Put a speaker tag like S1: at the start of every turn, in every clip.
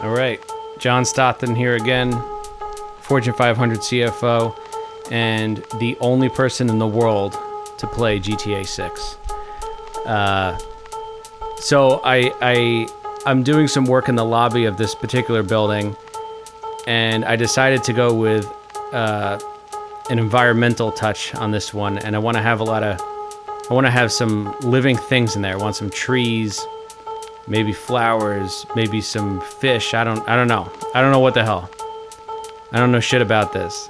S1: All right. John Stockton here again, Fortune 500 CFO, and the only person in the world to play GTA 6. Uh, so I, I, I'm doing some work in the lobby of this particular building, and I decided to go with uh, an environmental touch on this one, and I want to have a lot of, I want to have some living things in there. I want some trees, maybe flowers, maybe some fish. I don't I don't know. I don't know what the hell. I don't know shit about this.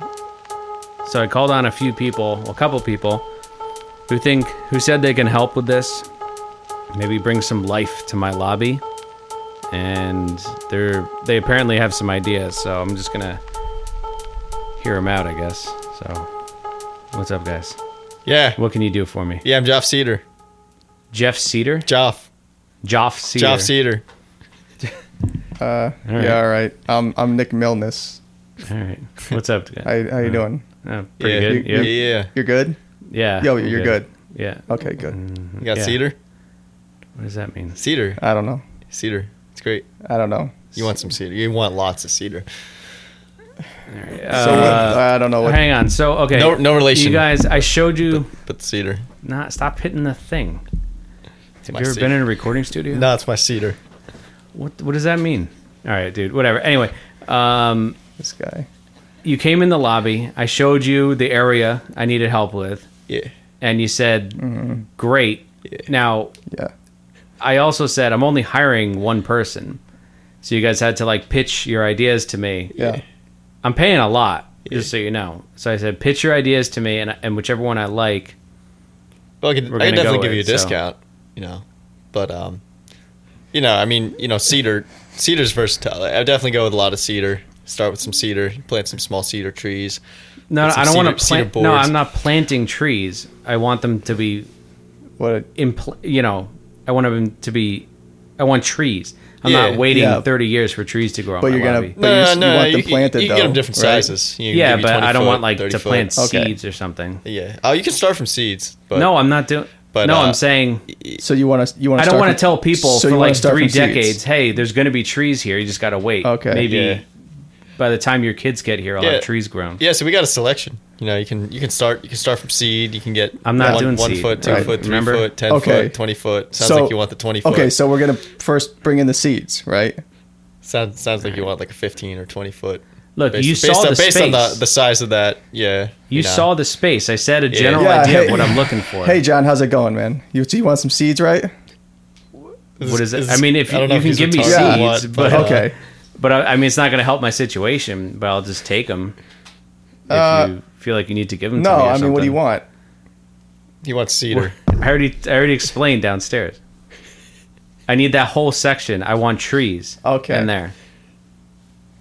S1: So I called on a few people, a couple people who think who said they can help with this. Maybe bring some life to my lobby. And they're they apparently have some ideas, so I'm just going to hear them out, I guess. So what's up guys?
S2: Yeah.
S1: What can you do for me?
S2: Yeah, I'm Joff Cedar.
S1: Jeff Cedar?
S2: Joff.
S1: Joff Cedar.
S2: Joff Cedar.
S3: Uh,
S1: All right.
S3: Yeah, all right. Um, I'm Nick Milness.
S1: All right. What's up? guys?
S3: How, how you doing?
S1: Uh, pretty
S2: yeah.
S1: good.
S2: Yeah.
S1: Yep.
S2: yeah.
S3: You're good.
S1: Yeah.
S3: Yo, you're good.
S1: Yeah.
S3: Okay, good.
S2: You got
S1: Yeah.
S2: Cedar?
S1: What does that mean?
S2: Cedar.
S3: I don't know.
S2: Cedar. It's great.
S3: I don't know.
S2: You want some cedar. You want lots of cedar.
S3: So what, I don't know what.
S1: hang on. So okay.
S2: No- no relation.
S1: You guys, I showed you.
S2: But cedar.
S1: Not stop hitting the thing. Have
S2: my
S1: you ever
S2: seat.
S1: been in a recording studio?
S2: No, it's my cedar.
S1: What What does that mean? All right, dude. Whatever. Anyway, um,
S3: This guy.
S1: you came in the lobby. I showed you the area I needed help with,
S2: Yeah.
S1: and you said,
S3: Mm-hmm.
S1: "Great."
S2: Yeah.
S1: Now,
S3: Yeah.
S1: I also said I'm only hiring one person, so you guys had to like pitch your ideas to me.
S3: Yeah.
S1: I'm paying a lot, just so you know. So I said, pitch your ideas to me, and, and whichever one I like.
S2: Well, I could,
S1: We're
S2: I could
S1: gonna go
S2: definitely give
S1: with
S2: you a
S1: it, so.
S2: discount, you know. But um, you know, I mean, you know, cedar, cedar's versatile. I would definitely go with a lot of cedar. Start with some cedar, plant some small cedar trees.
S1: No,
S2: Put
S1: no
S2: some
S1: I don't want to
S2: cedar- cedar
S1: plant. No,
S2: boards.
S1: I'm not planting trees. I want them to be,
S3: What? A,
S1: impl- you know, I want them to be. I want trees. I'm
S2: Yeah,
S1: not waiting
S3: yeah.
S1: 30 years for trees to grow.
S3: But
S1: in my
S3: you're gonna-
S1: lobby.
S3: But you s- you want them
S2: can-
S3: planted,
S2: You can get them
S3: though,
S2: different
S3: right?
S2: sizes. You can
S1: yeah,
S2: give you
S1: but
S2: 20
S1: I don't
S2: foot,
S1: want like
S2: 30
S1: to
S2: foot. Oh,
S1: plant
S3: Okay.
S1: seeds or something.
S2: Yeah. Oh, you can start from seeds. But
S1: no, I'm not doing.
S2: but,
S1: no,
S2: uh,
S1: I'm saying
S3: so you want to? You want?
S1: I don't want to tell people for like three decades.
S3: Seeds.
S1: Hey, there's going to be trees here. You just got to wait.
S3: Okay.
S1: maybe
S2: Yeah.
S1: by the time your kids get here, I'll
S2: Yeah.
S1: have trees grown.
S2: Yeah, so we got a selection. You know, you can you can start you can start from seed. You can get
S1: I'm not
S2: one,
S1: doing
S2: one
S1: seed,
S2: foot, two
S3: right?
S2: foot, three
S1: Remember?
S2: foot, ten
S3: Okay.
S2: foot, twenty foot. Sounds like you want the twenty foot.
S3: Okay, so we're gonna first bring in the seeds, right?
S2: sounds sounds like you want like a fifteen or twenty foot.
S1: Look,
S2: Based-
S1: you
S2: based
S1: saw
S2: on,
S1: the
S2: based on the,
S1: space.
S2: the size of that. Yeah,
S1: You
S2: know.
S1: saw the space. I said a general
S3: Yeah,
S1: idea of
S3: hey-
S1: what I'm looking for.
S3: Hey, John, how's it going, man? You, you want some seeds, right?
S1: what is it? I mean, if
S2: I
S1: you,
S2: don't know
S1: you
S2: if
S1: can
S2: he's
S1: give me seeds,
S2: retarded or what,
S1: but,
S2: but, uh,
S3: okay.
S1: but I, I mean, it's not going to help my situation. But I'll just take them if
S3: Uh,
S1: you feel like you need to give them.
S3: No,
S1: to me or
S3: I mean, what do you
S1: something.
S3: want?
S2: He wants cedar.
S1: I already, I already explained downstairs. I need that whole section. I want trees.
S3: Okay.
S1: in there.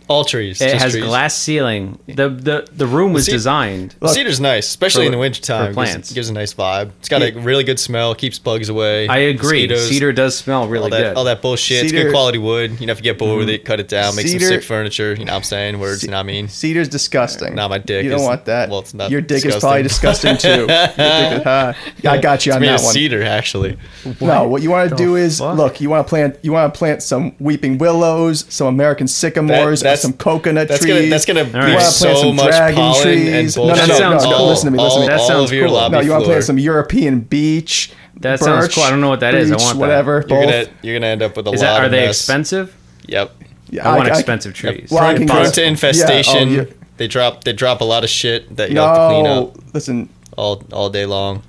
S2: All trees.
S1: It
S2: just
S1: has
S2: trees.
S1: glass ceiling. the the The room was
S2: See-
S1: designed.
S2: The Cedar's nice, especially
S1: For-
S2: in the wintertime.
S1: for
S2: Gives-
S1: plants.
S2: Gives, a nice vibe. It's got a really good smell. Keeps bugs away.
S1: I agree.
S2: mosquitoes,
S1: Cedar does smell really
S2: all that,
S1: good.
S2: all that bullshit. it's
S3: Cedar-
S2: good quality wood. You know, if you get bored with it, cut it down. Make
S3: Cedar-
S2: some sick furniture. You know what I'm saying? Words. you know what I mean?
S3: Cedar's disgusting.
S2: Nah, my dick
S3: You don't
S2: is-
S3: want that.
S2: well, it's not
S3: Your dick is probably disgusting too. Your dick is- ah, I got you
S2: It's
S3: on
S2: made
S3: that
S2: of
S3: one.
S2: cedar, actually.
S3: No, what you want to
S1: the
S3: do is
S1: fuck?
S3: look. You want to plant. You want to plant some weeping willows, some American sycamores,
S2: that's-
S3: some coconut
S2: That's
S3: trees.
S2: gonna that's gonna
S1: right.
S2: leave
S1: You wanna
S3: plant
S2: so
S3: some
S2: much
S3: dragon
S2: pollen and
S3: trees. No, no,
S2: bullshit.
S1: no, no, no,
S2: all-
S1: listen to
S3: me, listen to me.
S2: all-
S1: That
S2: all
S1: sounds
S2: of your
S1: cool.
S2: lobby
S3: no, you want to
S2: floor.
S3: plant some European beech.
S1: That
S3: birch,
S1: sounds cool. I don't know what that is. I
S3: beech,
S1: want that.
S3: whatever.
S2: You're
S3: both.
S2: gonna you're gonna end up with a
S1: Is
S2: lot
S1: that are
S2: of
S1: they
S2: mess.
S1: expensive?
S2: Yep.
S3: Yeah,
S1: I, want expensive trees.
S3: well, I
S2: Prone,
S3: can
S2: prone
S3: guess-
S2: to
S3: yeah, oh,
S2: infestation.
S3: yeah.
S2: They drop they drop a lot of shit that you have to clean
S3: No,
S2: up
S3: listen.
S2: all all day long.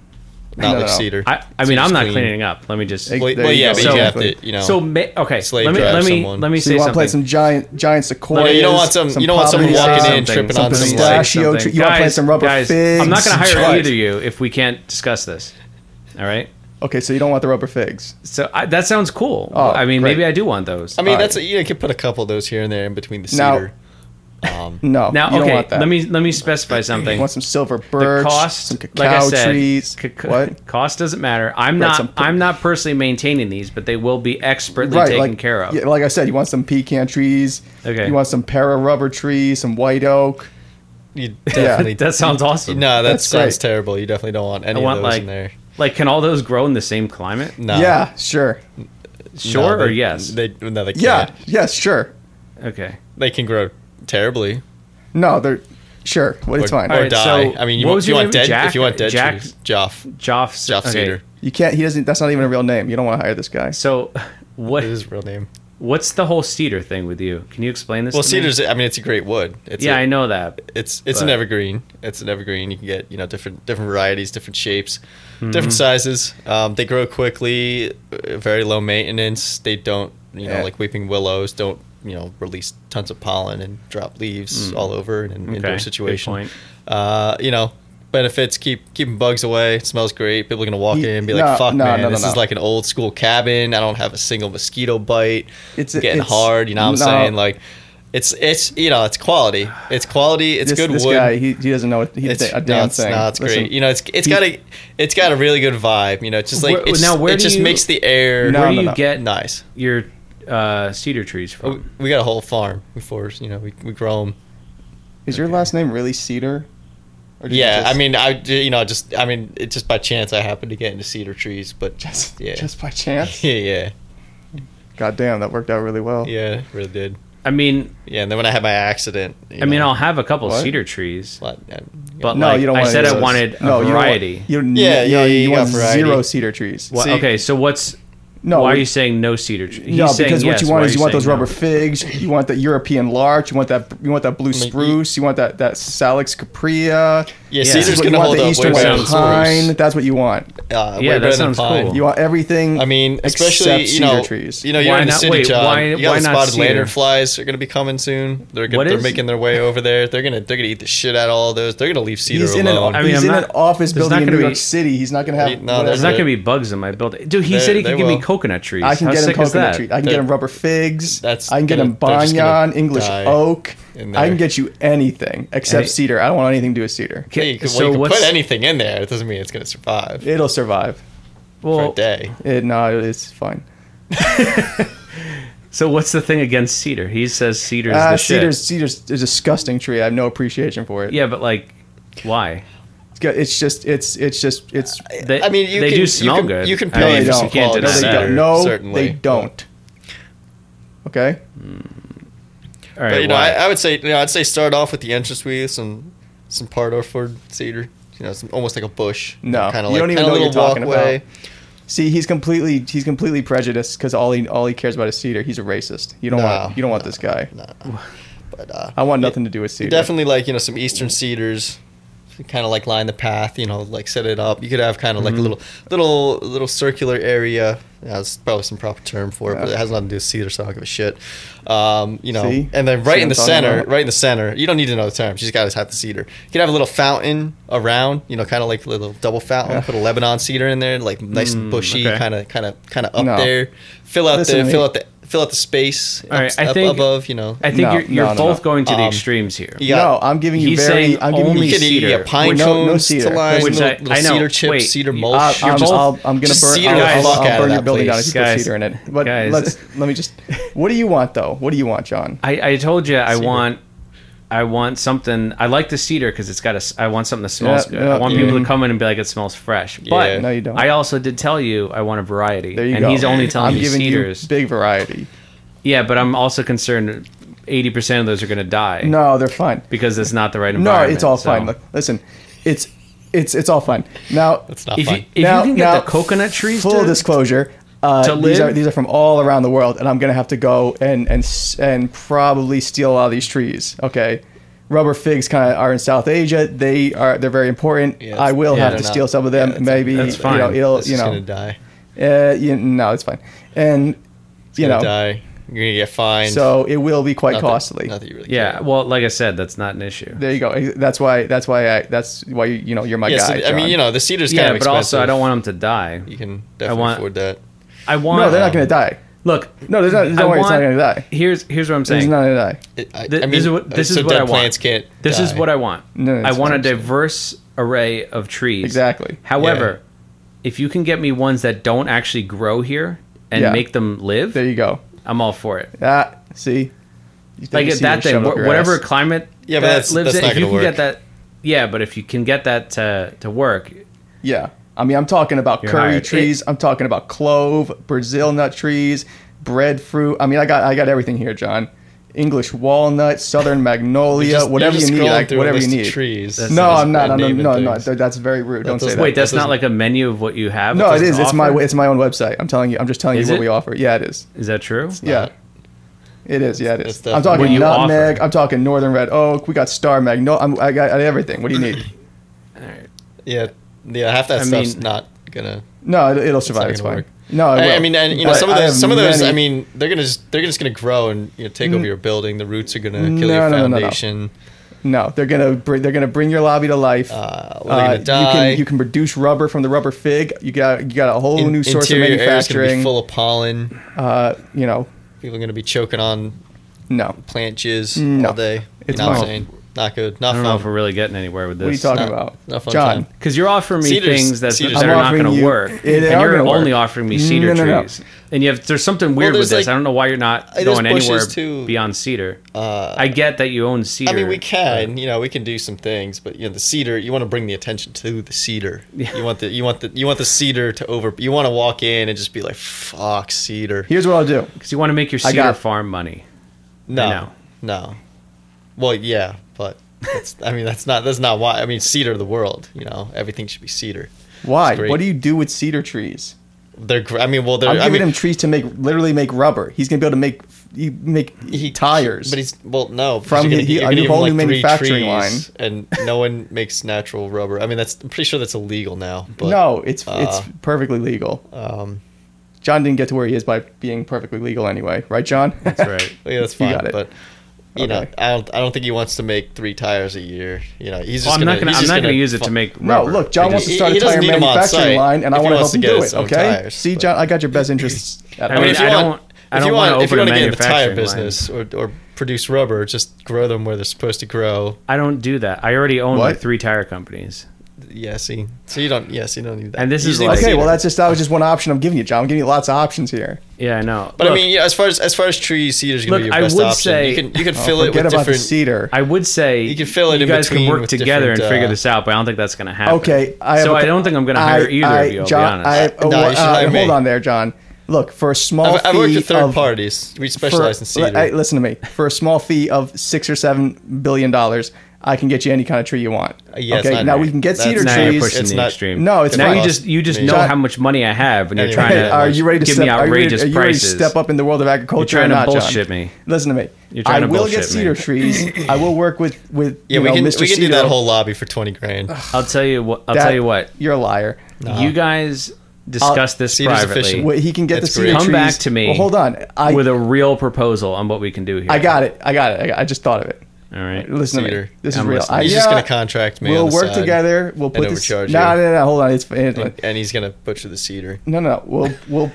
S2: Not
S3: No,
S2: like
S3: no.
S2: cedar.
S1: I, I mean,
S2: Cedar's
S1: I'm not
S2: clean.
S1: cleaning up. Let me just.
S3: Ex-
S2: Well,
S3: There
S2: well,
S3: you
S2: yeah,
S3: go.
S2: but you have
S3: Exactly.
S2: to you know.
S1: so ma- okay,
S2: slave
S1: let me
S2: drive
S1: let me
S2: someone.
S1: let me
S3: So
S1: say
S3: you want to
S1: something.
S3: plant some giant giant sequoias?
S2: you don't want some- you don't want someone
S3: poppy
S2: walking
S3: seeds,
S2: in, tripping
S3: some
S2: on some, like-
S3: pistachio
S1: something.
S3: tree. You want to plant some rubber
S1: guys,
S3: figs?
S1: I'm not going
S3: some
S1: to hire
S3: chives.
S1: either of you if we can't discuss this. All right.
S3: Okay, so you don't want the rubber figs.
S1: So I, that sounds cool.
S3: Oh,
S1: I mean, maybe
S3: great.
S1: I do want those.
S2: I mean
S3: All
S2: that's a, you can put a couple of those here and there in between the
S3: Now-
S2: cedar. Um,
S3: No,
S1: now,
S3: you
S1: okay,
S3: don't want that.
S1: let me let me specify something.
S3: You want some silver
S1: the
S3: birch,
S1: cost,
S3: some cacao
S1: like I said,
S3: trees.
S1: caca-
S3: what?
S1: cost doesn't matter. I'm
S3: Right,
S1: not.
S3: some-
S1: I'm not personally maintaining these, but they will be expertly
S3: Right,
S1: taken
S3: like,
S1: care of.
S3: Yeah, like I said, you want some pecan trees.
S1: Okay.
S3: You want some para rubber trees, some white oak.
S2: you definitely
S1: that sounds awesome.
S2: No, that
S3: That's
S2: sounds
S3: great.
S2: terrible. You definitely don't want any
S1: I want
S2: of those
S1: like
S2: in there.
S1: like can all those grow in the same climate?
S2: No.
S3: Yeah, sure.
S2: No,
S1: Sure
S2: they-
S1: or yes?
S2: They, no, they can't.
S3: Yeah, yes, sure.
S1: Okay.
S2: They can grow terribly
S3: No, they're sure. Well, it's
S2: or,
S3: fine.
S2: or
S1: Alright,
S2: die.
S1: so
S2: I mean, you
S1: what
S2: want,
S1: was
S2: if you
S1: your
S2: want
S1: name?
S2: dead
S1: Jack-
S2: if you want dead
S1: Jack-
S2: trees, Joff,
S1: Joff,
S2: Joff
S1: okay.
S2: Cedar.
S3: You can't. He doesn't. That's not even a real name. You don't want to hire this guy.
S1: So, what
S2: It is his real name.
S1: what's the whole cedar thing with you? Can you explain this?
S2: Well,
S1: to me?
S2: cedar's. I mean, it's a great wood. It's
S1: Yeah,
S2: a-
S1: I know that.
S2: It's it's an
S1: but-
S2: evergreen. It's an evergreen. You can get you know different different varieties, different shapes,
S1: Hmm.
S2: different sizes. Um, they grow quickly, uh, very low maintenance. They don't you know
S3: Yeah.
S2: like weeping willows don't you know release tons of pollen and drop leaves all over in an
S1: Hmm. Okay,
S2: indoor
S1: good
S2: situation.
S1: point.
S2: Uh, you know. Benefits keep keeping bugs away. It smells great. People are gonna walk
S3: He-
S2: in and be
S3: no,
S2: like, "Fuck,
S3: no,
S2: man,
S3: no, no,
S2: this is
S3: no.
S2: like an old school cabin. I don't have a single mosquito bite.
S3: It's-
S2: It's getting
S3: it's-
S2: hard. You know what I'm
S3: no.
S2: saying? Like, it's it's you know it's quality. It's quality. It's
S3: this,
S2: good
S3: this
S2: wood.
S3: guy, he, he doesn't know what he,
S2: It's
S3: a damn
S2: no, it's,
S3: thing.
S2: no, it's
S3: Listen,
S2: great. You know, it's it's
S3: he-
S2: got a it's got a really good vibe. You know, it's just like
S1: Where-
S2: it's,
S1: now, where
S2: it
S1: do
S2: just
S1: you-
S2: makes the air
S3: No,
S1: Where do
S3: no, Oh,
S1: you
S3: no.
S1: get
S2: nice.
S1: your uh, cedar trees
S2: We,
S1: from?
S2: we got a whole farm before you know we we grow them.
S3: is your last name really Cedar? Or did you
S2: Yeah,
S3: just-
S2: I mean, I you know just I mean it just by chance I happened to get into cedar trees, but
S3: just,
S2: yeah.
S3: just by chance.
S2: yeah, yeah,
S3: God damn, that worked out really well.
S2: yeah, really did.
S1: I mean,
S2: Yeah, and then when I had my accident, you
S1: I mean,
S2: know,
S1: I'll have a couple
S3: What?
S1: cedar trees,
S2: like, I-
S1: but
S3: No,
S1: like,
S3: you don't.
S1: I
S3: want
S1: said
S3: any
S1: I
S3: of those.
S1: wanted a
S3: no, you don't want-
S1: variety.
S3: You don't,
S2: Yeah,
S3: yeah,
S2: yeah,
S3: yeah, you,
S2: you got
S3: want
S2: variety.
S3: zero cedar trees.
S1: Wha-
S2: See-
S1: okay, so what's
S3: No,
S1: why are
S3: we-
S1: you saying no cedar trees?
S3: No, because what you want is you want those rubber figs, you want that European larch, you want that you want that blue
S2: mean, you-
S3: spruce, you want that that Salix caprea.
S2: yeah,
S1: Yeah.
S3: This
S2: cedar's
S3: is what you
S2: gonna
S3: want
S2: hold
S3: the
S2: up way
S3: Eastern
S2: better
S1: Red
S2: than
S1: sounds
S3: pine.
S2: spruce.
S3: That's what you want.
S2: Uh,
S1: Yeah,
S2: way
S1: that
S2: better than
S1: sounds cool.
S2: pine.
S1: You
S3: You want everything.
S2: I mean, especially
S3: except
S2: you know,
S3: cedar trees.
S2: you know, you're
S1: Why
S2: in the
S1: not-
S2: city,
S1: wait,
S2: John.
S1: why-
S2: you got
S1: why
S2: the
S1: not
S2: spotted
S1: cedar?
S2: lanternflies are going to be coming soon. They're gonna,
S1: What
S2: they're
S1: is-
S2: making their way over there. They're gonna they're gonna eat the shit out of all those. They're gonna leave cedar
S3: He's in an,
S2: alone.
S1: I mean,
S3: he's
S1: I'm
S3: in
S1: not-
S3: an office
S1: there's not
S3: building in
S1: gonna
S3: New
S1: be-
S3: York City. He's not going to have.
S2: No,
S3: whatever.
S1: There's not gonna be bugs in my building, dude. He
S2: They-
S1: said he
S2: they
S1: could give me
S2: will.
S1: coconut trees.
S3: I can
S1: How
S3: get him
S1: sick is
S3: coconut
S1: that?
S3: tree. I can get him
S2: That-
S3: rubber figs.
S2: that's
S3: I can get
S2: gonna-
S3: him
S2: they're just gonna
S3: banyan, English
S2: die
S3: oak.
S2: in
S3: I can
S2: there.
S3: get you anything except
S1: Any-
S3: cedar. I don't want anything to do with cedar.
S2: Yeah, you can,
S1: so
S2: well, you can
S1: what's-
S2: put anything in there. It doesn't mean it's gonna survive
S3: It'll survive.
S2: for
S1: Well,
S2: a day.
S3: It, no, it's fine.
S1: so what's the thing against cedar? He says cedar is
S3: Ah,
S1: the shit.
S3: cedar's cedar's a disgusting tree. I have no appreciation for it.
S1: Yeah, but like, why?
S3: It's got- it's just it's it's just it's
S1: They,
S2: I mean, you
S1: they
S2: can,
S1: do smell
S2: you can,
S1: good.
S2: You can
S1: I
S2: pay
S1: mean,
S3: they
S2: for some
S3: don't.
S1: can't
S2: quality
S1: deny that.
S3: no, they don't. No,
S2: certainly.
S3: they don't. Okay.
S1: All right,
S2: But you know,
S1: why?
S2: I, I would say you know, I'd say start off with the entrance with some some part Orford cedar. You know, some, almost like a bush.
S3: No,
S2: kind
S3: you
S2: of like
S3: don't
S2: kinda
S3: even know what
S2: little
S3: you're talking
S2: walkway.
S3: about. See, he's completely he's completely prejudiced because all he all he cares about is cedar. He's a racist. You don't
S2: No,
S3: want you don't want this guy.
S2: But uh,
S3: I want nothing to do with cedar.
S2: Definitely like, you know, some eastern cedars kind of like line the path, you know, like set it up. You could have kind of
S3: Mm-hmm.
S2: like a little little little circular area. Yeah, that's probably some proper term for it, but
S3: Yeah.
S2: it has nothing to do with cedar, so I don't give a shit. Um, you know,
S3: See?
S2: and then
S3: See
S2: right in the
S3: what I'm talking
S2: center,
S3: about?
S2: right in the center, you don't need to know the term. You just got to have the cedar. You could have a little fountain around, you know, kind of like a little double fountain. Put a Lebanon cedar in there, like nice and bushy,
S1: okay.
S2: kind of kind of kind of up
S3: Mm, No.
S2: there. Fill out
S3: Listen to
S2: the
S3: me.
S2: fill out the fill out the space
S1: All right,
S2: up,
S1: I
S2: up
S1: think-
S2: above, you know.
S1: I think
S3: No,
S1: you're, you're
S3: no, no,
S1: both
S3: no.
S1: going to the
S2: Um,
S1: extremes here.
S2: you
S3: no, I'm giving you
S1: He's
S3: very.
S1: saying
S3: I'm giving
S1: only
S2: You
S3: you
S2: could eat
S1: cedar.
S2: yeah, pine
S3: Wait,
S2: cones
S3: no- no cedar.
S2: to line,
S1: Which
S2: little,
S1: I-
S2: little
S1: I know.
S2: cedar chips,
S1: Wait,
S2: cedar
S1: you-
S2: mulch.
S1: I'll-
S2: You're
S3: I'm,
S1: both-
S3: I'll, I'm gonna
S2: just
S3: burn.
S2: cedar
S3: I'll,
S1: the
S3: I'll,
S1: fuck
S2: out
S3: I'll
S2: of
S3: burn
S2: that
S3: your building down
S2: place.
S3: if you put
S1: Guys.
S3: cedar in it. But
S1: Guys.
S3: let's let me just. What do you want though? What do you want, John?
S1: I, I told you I want I want something. I like the cedar because it's got a. s- I want something that smells
S3: Yeah,
S1: good.
S3: yeah,
S1: I want
S3: yeah.
S1: people to come in and be like, it smells fresh. But
S2: Yeah. No,
S3: you don't.
S1: I also did tell you I want a variety.
S3: There you
S1: and
S3: go.
S1: he's only telling
S3: I'm
S1: me
S3: giving
S1: cedars.
S3: you big variety.
S1: yeah, but I'm also concerned. Eighty percent of those are going to die
S3: No, they're fine.
S1: because it's not the right
S3: No,
S1: environment.
S3: it's all
S1: so-
S3: fine. Look, listen, it's it's it's all fine. Now
S2: That's not
S1: If you,
S2: fine.
S1: if
S3: Now-
S1: you can get
S3: now,
S1: the coconut trees,
S3: full
S1: dude,
S3: disclosure uh,
S1: To
S3: these
S1: live?
S3: are these are from all around the world and i'm gonna have to go and and s- and probably steal a lot of these trees okay rubber figs kind of are in south asia they are they're very important
S2: Yeah,
S3: i will
S2: yeah,
S3: have
S2: they're
S3: to
S2: not-
S3: steal some of
S2: yeah,
S3: them
S2: that's-
S3: maybe
S1: that's
S3: you know
S1: fine.
S3: it'll
S2: It's
S3: you
S2: just
S3: know
S2: gonna die.
S3: uh, you, no it's fine and you
S2: You
S3: know
S2: know, die. You're gonna get fined.
S3: so it will be quite
S2: Not that-
S3: costly
S2: Not that you really
S1: Yeah,
S2: care.
S1: well, like I said, that's not an issue.
S3: there you go that's why that's why i that's why you, you know you're my
S2: Yeah, so
S3: guy
S2: I mean,
S3: John.
S2: you know, the cedar's
S1: yeah,
S2: kind
S1: but
S2: of
S1: also I
S2: expensive.
S1: don't want them to die.
S2: You can definitely
S1: want-
S2: afford that.
S1: I want.
S3: no they're not
S1: um,
S3: gonna die
S1: Look,
S3: no there's not don't
S1: I
S3: worry it's not
S1: want-
S3: gonna die
S1: Here's here's what I'm
S3: it's
S1: saying.
S3: not gonna die
S2: It, I,
S1: Th-
S2: I mean, uh,
S1: this is what this
S2: so
S1: is what
S2: dead
S1: I want.
S2: plants can't.
S1: This is
S2: die.
S1: what I want.
S3: No,
S1: I
S3: that's
S1: want a
S3: what I'm saying.
S1: diverse array of trees.
S3: Exactly.
S1: However, if you can get me ones that don't actually grow here and
S3: Yeah.
S1: make them live,
S3: there you go
S1: I'm all for it.
S3: Ah, see, You think
S1: Like
S3: you
S1: at
S3: see
S1: that
S3: them
S1: thing,
S3: shove up
S1: wh-
S3: your
S1: whatever
S3: ass?
S1: climate
S2: Yeah, but
S1: that
S2: that's-
S1: lives
S2: that's
S1: in,
S2: not
S1: if you
S2: gonna
S1: can get
S2: work.
S1: that, yeah, but if you can get that to to work,
S3: Yeah, I mean, I'm talking about
S1: You're
S3: curry
S1: hired.
S3: trees. I'm talking about clove, Brazil nut trees, breadfruit. I mean, I got I got everything here, John. English walnut, southern magnolia,
S2: You're just-
S3: whatever
S2: you're
S3: you
S2: just
S3: need,
S2: scrolling
S3: like,
S2: through a
S3: whatever you
S2: list of
S3: need.
S2: Trees.
S1: That's-
S3: No,
S1: That's
S3: I'm not.
S2: bad
S3: I'm not-
S2: naming
S3: no, no,
S2: things.
S3: th- that's very rude. Don't
S2: doesn't-
S3: say that.
S1: Wait,
S2: that
S1: that's not
S2: doesn't-
S1: like a menu of what you have.
S3: no, it
S1: doesn't
S3: is. It's my.
S1: offer?
S3: It's my own website. I'm telling you. I'm just telling
S1: Is
S3: you what
S1: it?
S3: we offer. Yeah, it is.
S1: Is that true?
S3: Yeah.
S2: not.
S3: It is, yeah, it
S2: It's
S3: is. I'm
S2: definitely-
S1: What
S3: talking
S1: you offer.
S3: nutmeg. I'm talking northern red oak. We got star mag. No, I'm, I got I got everything. What do you need?
S1: All right.
S2: Yeah, yeah. Half that
S1: I
S2: stuff's
S1: mean-
S2: not gonna.
S3: No, it, it'll survive.
S2: not
S3: It's
S2: gonna
S3: fine.
S2: work.
S3: No, it
S2: I, I
S3: will.
S2: mean, and you know,
S3: But
S2: some of
S3: I
S2: those,
S3: have
S2: some of those. I
S3: many- Mm.
S2: mean, they're gonna just, they're just gonna grow and you know take over your building. The roots are gonna kill
S3: No,
S2: your
S3: no, no, no, no.
S2: foundation.
S3: no, they're gonna bring, they're gonna bring your lobby to life.
S2: Uh, well, they're gonna
S3: you
S2: die.
S3: can you can produce rubber from the rubber fig. You got you got a whole
S2: In-
S3: new source of
S2: interior air is gonna
S3: manufacturing.
S2: be full of pollen.
S3: uh, you know,
S2: People are gonna be choking on
S3: no.
S2: plant jizz
S3: Mm. No.
S2: all day.
S3: It's
S2: you know what I'm
S1: fine.
S2: saying? Not good. Not
S1: I don't know if we're
S2: fun.
S1: really getting anywhere with this.
S3: What are you talking
S2: not-
S3: about,
S2: not fun
S3: John?
S2: time.
S1: Because you're offering me
S2: Cedars-
S1: things that,
S2: cedars
S1: that
S2: are
S1: are not
S3: offering
S1: going to
S3: you-
S1: work,
S3: They
S1: and
S3: are
S1: you're
S3: gonna work.
S1: only offering me cedar
S3: No, no, no.
S1: trees. And you have, there's something weird with
S2: there's,
S1: this.
S2: like- uh,
S1: I don't know why you're not
S2: there's
S1: going
S2: bushes,
S1: anywhere
S2: too.
S1: beyond cedar.
S2: Uh,
S1: I get that you own cedar.
S2: I mean, we can, you know, we can do some things, but you know, the cedar. You want to bring the attention to the cedar. You want the, you want the, you want the cedar to over. You want to walk in and just be like, "Fuck cedar."
S3: Here's what I'll do.
S1: because you want to make your
S3: I
S1: cedar
S3: got-
S1: farm money.
S2: No,
S1: know.
S2: no. Well, yeah, but that's, I mean, that's not that's not why. I mean, cedar of the world. You know, everything should be cedar.
S3: Why?
S2: It's great.
S3: What do you do with cedar trees?
S2: They're. gr- I mean, well, they're.
S3: I'm
S2: I
S3: giving
S2: mean,
S3: him trees to make literally make rubber. He's gonna be able to make you make tires.
S2: but he's well, no.
S3: From
S2: because you're
S3: he-
S2: you're
S3: a new
S2: give him,
S3: whole new
S2: three
S3: manufacturing
S2: trees, and no one makes natural rubber. I mean, that's. I'm pretty sure that's illegal now. But
S3: no, it's it's
S2: uh,
S3: perfectly legal.
S2: Um,
S3: John didn't get to where he is by being perfectly legal anyway, right, John?
S1: That's right.
S2: Yeah, that's
S3: You
S2: fine.
S3: got it.
S2: But you know,
S3: Okay.
S2: I don't. I don't think he wants to make three tires a year. You know, he's just.
S1: Well, I'm not gonna.
S2: gonna, he's
S1: I'm
S2: just
S1: not gonna use it to make.
S3: No,
S1: Rubber.
S3: look, John
S2: He
S3: wants
S2: just-
S3: to start
S2: he
S3: a tire
S2: doesn't need 'em on
S3: manufacturing
S2: site
S3: line, and I
S2: if he
S3: want to help
S2: wants
S3: him
S2: to get
S3: do
S2: his
S3: it.
S2: own
S3: Okay,
S2: tires,
S3: see,
S2: but-
S3: John, I got your best interests. At
S1: I
S3: heart.
S1: mean,
S2: if you
S1: I don't.
S2: want-
S1: I
S2: if
S1: don't
S2: you
S1: want to
S2: if you
S1: open a
S2: wanna get in the tire
S1: manufacturing line.
S2: business or, or produce rubber, just grow them where they're supposed to grow.
S1: I don't do that. I already own like
S3: What?
S1: three tire companies.
S2: Yeah, see, so you don't. Yes, you don't need that.
S1: And this
S2: You
S1: is
S2: just need
S1: like-
S2: the
S3: okay,
S2: cedar.
S3: well, that's just that was just one option I'm giving you, John. I'm giving you lots of options here.
S1: Yeah, I know.
S2: But I
S1: Look,
S2: mean, yeah, as far as as far as trees, cedar's gonna
S1: Look,
S2: be your
S1: I
S2: best
S1: would
S2: option.
S1: say-
S2: you can you can
S3: Oh,
S2: fill it with
S3: forget about
S2: different.
S3: the cedar.
S1: I would say
S2: You can fill it
S1: You
S2: in
S1: guys
S2: between
S1: can work
S2: with
S1: together and
S2: different,
S1: figure
S2: uh,
S1: this out, but I don't think that's going to happen.
S3: Okay, I have
S1: so
S3: a-
S1: I don't think I'm going to
S3: I-
S1: hire either
S3: I-
S1: of you. I'll
S3: John,
S1: be honest.
S3: I-
S2: No, you
S3: uh,
S2: should hire me.
S3: hold on there, John. Look for a small.
S2: I've, I've worked
S3: fee
S2: with third
S3: of-
S2: parties. We
S3: for-
S2: specialize in cedar.
S3: li- hey, listen to me. For a small fee of six or seven billion dollars, I can get you any kind of tree you want.
S2: Uh, yeah, it's
S3: okay,
S2: not
S3: now
S2: right.
S3: we can get
S2: That's-
S3: cedar
S1: now
S2: Now you're
S1: you're
S3: trees.
S1: pushing
S2: It's
S1: the
S2: not-
S1: extreme.
S3: No, it's
S1: now
S3: not
S1: you
S2: us.
S1: just you just
S2: Me.
S1: know
S3: John-
S1: how much money I have, and you're
S2: Anyway.
S1: trying
S3: Hey,
S1: to
S3: are you ready to
S1: give
S3: step,
S1: me
S3: are you ready-
S1: outrageous
S3: are you ready to
S1: prices.
S3: step up in the world of agriculture?
S1: You're trying to
S3: or not,
S1: bullshit
S3: John?
S1: me.
S3: Listen to me.
S1: You're trying
S3: I
S1: to
S3: will
S1: bullshit
S3: get cedar
S1: me.
S3: trees. I will work with with
S2: yeah,
S3: you
S2: we
S3: know,
S2: can
S3: Mr.
S2: we can do that
S3: Cedar.
S2: whole lobby for twenty grand.
S1: I'll tell you what. I'll
S3: That- Uh-huh.
S1: tell you what.
S3: You're a liar.
S1: You guys discuss this
S2: Cedar's
S1: privately.
S2: efficient.
S3: Wait, he can get
S2: That's
S3: the cedar
S2: great.
S1: Come
S3: trees.
S1: back to me
S3: Well, hold on. I
S1: with a real proposal on what we can do here.
S3: I got it. I got it. I, got- I just thought of it.
S1: All right.
S3: Listen to
S2: Cedar.
S3: me. This
S1: I'm
S3: is real.
S1: listening.
S3: I-
S2: He's just
S3: yeah,
S2: gonna contract me. on
S3: We'll
S2: the
S3: work
S2: side,
S3: together. We'll put this. No,
S2: overcharge you.
S3: no, no. Hold on. It's, it's
S2: and, and he's gonna butcher the cedar.
S3: No, no, we'll we'll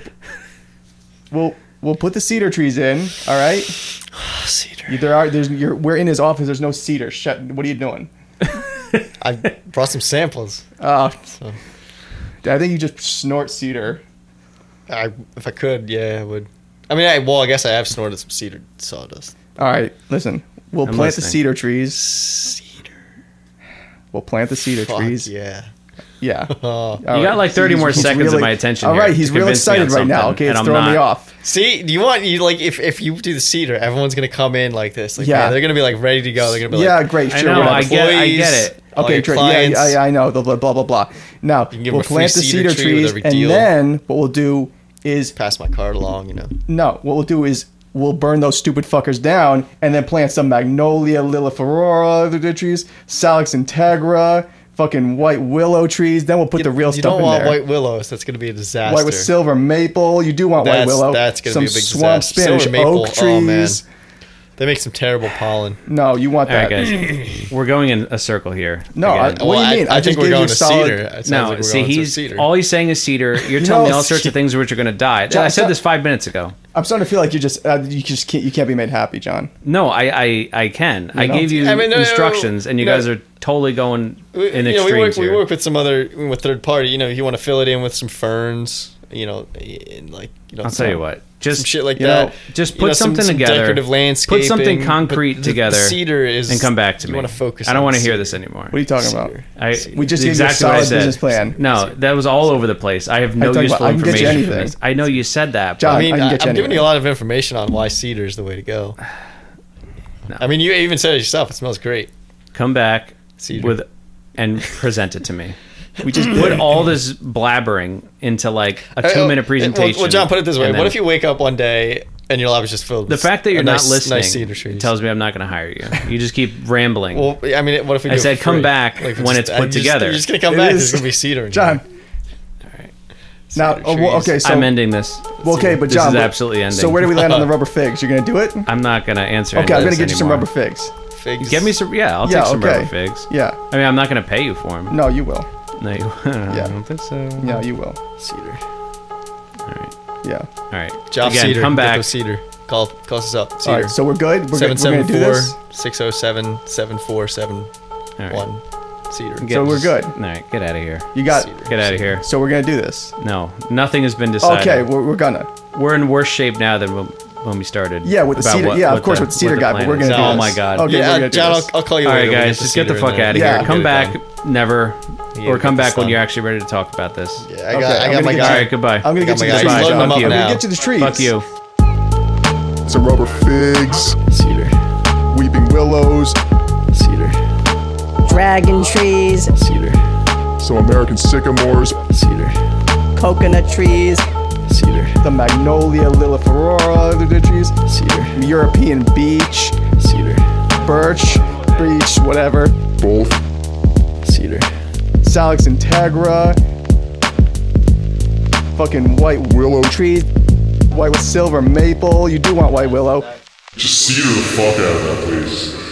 S3: we'll we'll put the cedar trees in. All right.
S2: Cedar.
S3: There are there's you're, we're in his office. There's no cedar. Shut. What are you doing?
S2: I brought some samples.
S3: Uh,
S2: So
S3: I think you just snort cedar.
S2: I, if I could, yeah, I would. I mean, I, well, I guess I have snorted some cedar sawdust.
S3: All right. Listen. We'll
S1: I'm
S3: plant the
S1: listening.
S3: cedar trees.
S2: Cedar.
S3: We'll plant the cedar
S2: Fuck
S3: trees.
S2: yeah.
S3: Yeah.
S2: Oh.
S3: All
S1: You got like 30
S3: He's-
S1: more
S3: he's
S1: seconds
S3: really-
S1: of my attention.
S3: All
S1: here
S3: right. He's
S1: to
S3: real
S1: convince me on
S3: excited right now.
S1: something,
S3: Okay,
S1: and
S3: it's
S1: I'm
S3: throwing me
S1: not-
S3: off.
S2: See, do you want you like if if you do the cedar, everyone's gonna come in like this. Like,
S3: Yeah.
S2: man, they're gonna be like ready to go. They're gonna be
S3: yeah.
S2: like,
S3: Great.
S1: I
S3: Sure.
S1: know,
S3: whatever.
S1: I get- I get
S2: employees,
S1: it.
S2: all
S3: Okay,
S2: your
S3: great.
S2: clients.
S3: Yeah, yeah, I know. The blah blah blah. blah. Now
S2: can give
S3: we'll
S2: them a free
S3: plant the
S2: cedar
S3: cedar
S2: tree with
S3: trees,
S2: every
S3: and
S2: deal.
S3: then what we'll do is
S2: Pass my card along, you know.
S3: no. What we'll do is we'll burn those stupid fuckers down, and then plant some magnolia, liliferora, the trees, salix integra, fucking white willow trees. Then we'll put the real
S2: you
S3: stuff
S2: don't
S3: in
S2: want
S3: there.
S2: white willows. That's gonna be a disaster.
S3: White with silver maple. You do want
S2: That's-
S3: white willow.
S2: that's gonna
S3: some
S2: be a big
S3: swamp
S2: disaster.
S3: Spanish
S2: Silver maple,
S3: oak
S2: oh, man.
S3: trees.
S2: They make some terrible pollen.
S3: no, you want
S1: All right,
S3: that.
S1: guys. We're going in a circle here.
S3: No, I- oh,
S1: again.
S3: What do you mean?
S2: I,
S3: I
S2: I,
S3: just
S2: think we're
S3: gave
S2: going
S3: you
S2: to
S3: solid-
S2: cedar. It sounds
S1: No,
S2: like we're
S1: see,
S2: going to
S1: he's
S2: cedar.
S1: all he's saying is cedar. You're telling me all sorts
S3: see-
S1: of things which are going to die.
S3: John,
S1: I said
S3: stop-
S1: this five minutes ago.
S3: I'm starting to feel like you just uh, you just can't you can't be made happy, John.
S1: No, I I, I can. I
S3: know?
S1: gave you
S2: I mean, no, no, no,
S1: instructions, and you
S2: no.
S1: guys are totally going
S2: We-
S1: in
S2: you know, we work,
S1: extremes
S2: we
S1: here.
S2: work with some other with third party. You know, if you want to fill it in with some ferns, you know, and like you know,
S1: I'll tell you what. Just
S2: some shit like
S3: You
S2: that.
S3: know,
S1: just
S2: You
S1: put
S2: know, some-
S1: something
S2: some
S1: together.
S2: decorative landscape.
S1: Put something concrete together.
S2: cedar is
S1: and come back to
S2: you
S1: me.
S2: want to focus.
S1: I don't
S2: on
S1: want to hear
S2: cedar.
S1: this anymore.
S3: What are you talking about?
S2: Cedar.
S1: I,
S3: We just gave you a
S1: exactly what I
S3: solid
S1: said.
S3: business plan.
S1: No, that was all over the place. I have no
S3: tell you
S1: useful
S3: what, I can get you
S1: information. from
S3: anything.
S1: this. I know you said that,
S3: John,
S2: I
S1: but
S2: mean,
S3: I
S2: I
S3: can get you
S2: am giving
S3: anywhere.
S2: you a lot of information on why cedar is the way to go.
S1: No.
S2: I mean, you even said it yourself. It smells great.
S1: Come back
S2: Cedar.
S1: with and present it to me. We just put all this blabbering into like a
S2: Uh,
S1: two minute
S2: well,
S1: presentation.
S2: Well, John, put it this way:
S1: and
S2: What
S1: then-
S2: if you wake up one day and your lab is just filled?
S1: The
S2: with
S1: fact that
S2: a
S1: you're
S2: nice-
S1: not listening
S2: nice cedar trees.
S1: tells me I'm not going to hire you. You just keep rambling.
S2: Well, I mean, what if we?
S1: I
S2: do it
S1: said,
S2: for
S1: come
S2: free?
S1: back
S2: Like,
S1: when
S2: just-
S1: it's put
S2: you're just-
S1: together.
S2: You're just gonna come
S3: It
S2: back.
S3: is-
S2: There's gonna be cedar. in
S3: John.
S2: here.
S3: Now,
S2: Cedar
S3: oh, well,
S2: trees.
S3: okay, so
S1: I'm ending this.
S3: well, okay, but
S1: this
S3: John,
S1: is
S3: but-
S1: absolutely ending.
S3: So where do we land on the rubber figs? You're gonna do it?
S1: I'm not going to answer.
S3: Okay, I'm
S1: any
S3: gonna
S1: of
S3: get you
S1: this
S3: some
S1: anymore.
S3: rubber figs.
S2: Figs.
S1: Get me some. Yeah, I'll
S3: Yeah,
S1: take some
S3: okay.
S1: rubber figs.
S3: Yeah.
S1: I mean, I'm not going to pay you for them.
S3: No, you will.
S1: No, you, I don't think so.
S3: Yeah, you will.
S2: cedar.
S1: All right.
S3: Yeah.
S1: All right.
S2: Job
S1: Again,
S2: cedar.
S1: come
S2: Get
S1: back.
S2: those cedar. Call call us up.
S3: All
S2: Cedar.
S3: right, so we're good. We're,
S2: Seven
S3: good. we're
S2: seven
S3: gonna do
S2: four
S3: this.
S2: six zero seven seven four seven
S1: All right.
S2: one. Cedar.
S3: So we're good.
S1: All right. Get out of here.
S3: You got.
S2: Cedar.
S1: Get out of here.
S3: So we're gonna do this.
S1: No, nothing has been decided.
S3: Okay, we're, we're gonna.
S1: we're in worse shape now than when, when we started.
S3: Yeah, with the
S1: about
S3: cedar- yeah, of course, with the cedar guy, but
S1: plan
S3: we're
S1: is.
S3: gonna
S2: do
S1: Oh
S2: this.
S1: my god.
S3: Okay, we're
S2: yeah,
S3: gonna do
S2: John, I'll,
S3: this.
S2: I'll call you.
S1: All
S2: later.
S1: right,
S2: We'll
S1: guys, just get the
S2: cedar
S1: fuck
S2: and then
S1: out of
S2: we'll
S1: here.
S3: Yeah.
S1: Come
S2: get it
S1: back
S2: done.
S1: never, or
S2: Yeah, we'll
S1: come back
S2: get this
S1: when
S2: done.
S1: you're actually ready to talk about this.
S2: Yeah, I
S3: Okay,
S2: got.
S3: I'm
S2: I got
S3: gonna
S2: my
S3: get
S1: All
S2: guy.
S1: right, goodbye.
S3: I'm gonna
S2: I got
S3: get you
S2: my
S3: to the
S2: guy.
S3: trees.
S2: He's
S3: John.
S2: loading
S3: I'm
S2: them up
S3: gonna
S2: now.
S3: get you to the trees.
S1: Fuck you.
S4: Some rubber figs,
S2: Cedar.
S4: weeping willows,
S2: Cedar.
S5: dragon trees,
S2: Cedar.
S4: some American sycamores,
S2: Cedar.
S5: coconut trees,
S2: Cedar.
S3: The magnolia, liliferora, the the trees.
S2: Cedar.
S3: European beech,
S2: Cedar.
S3: birch, breech, whatever.
S4: both
S2: Cedar.
S3: Salix integra. Fucking white
S4: willow trees.
S3: trees. White with silver maple. You do want white willow.
S4: Just cedar the fuck out of that place.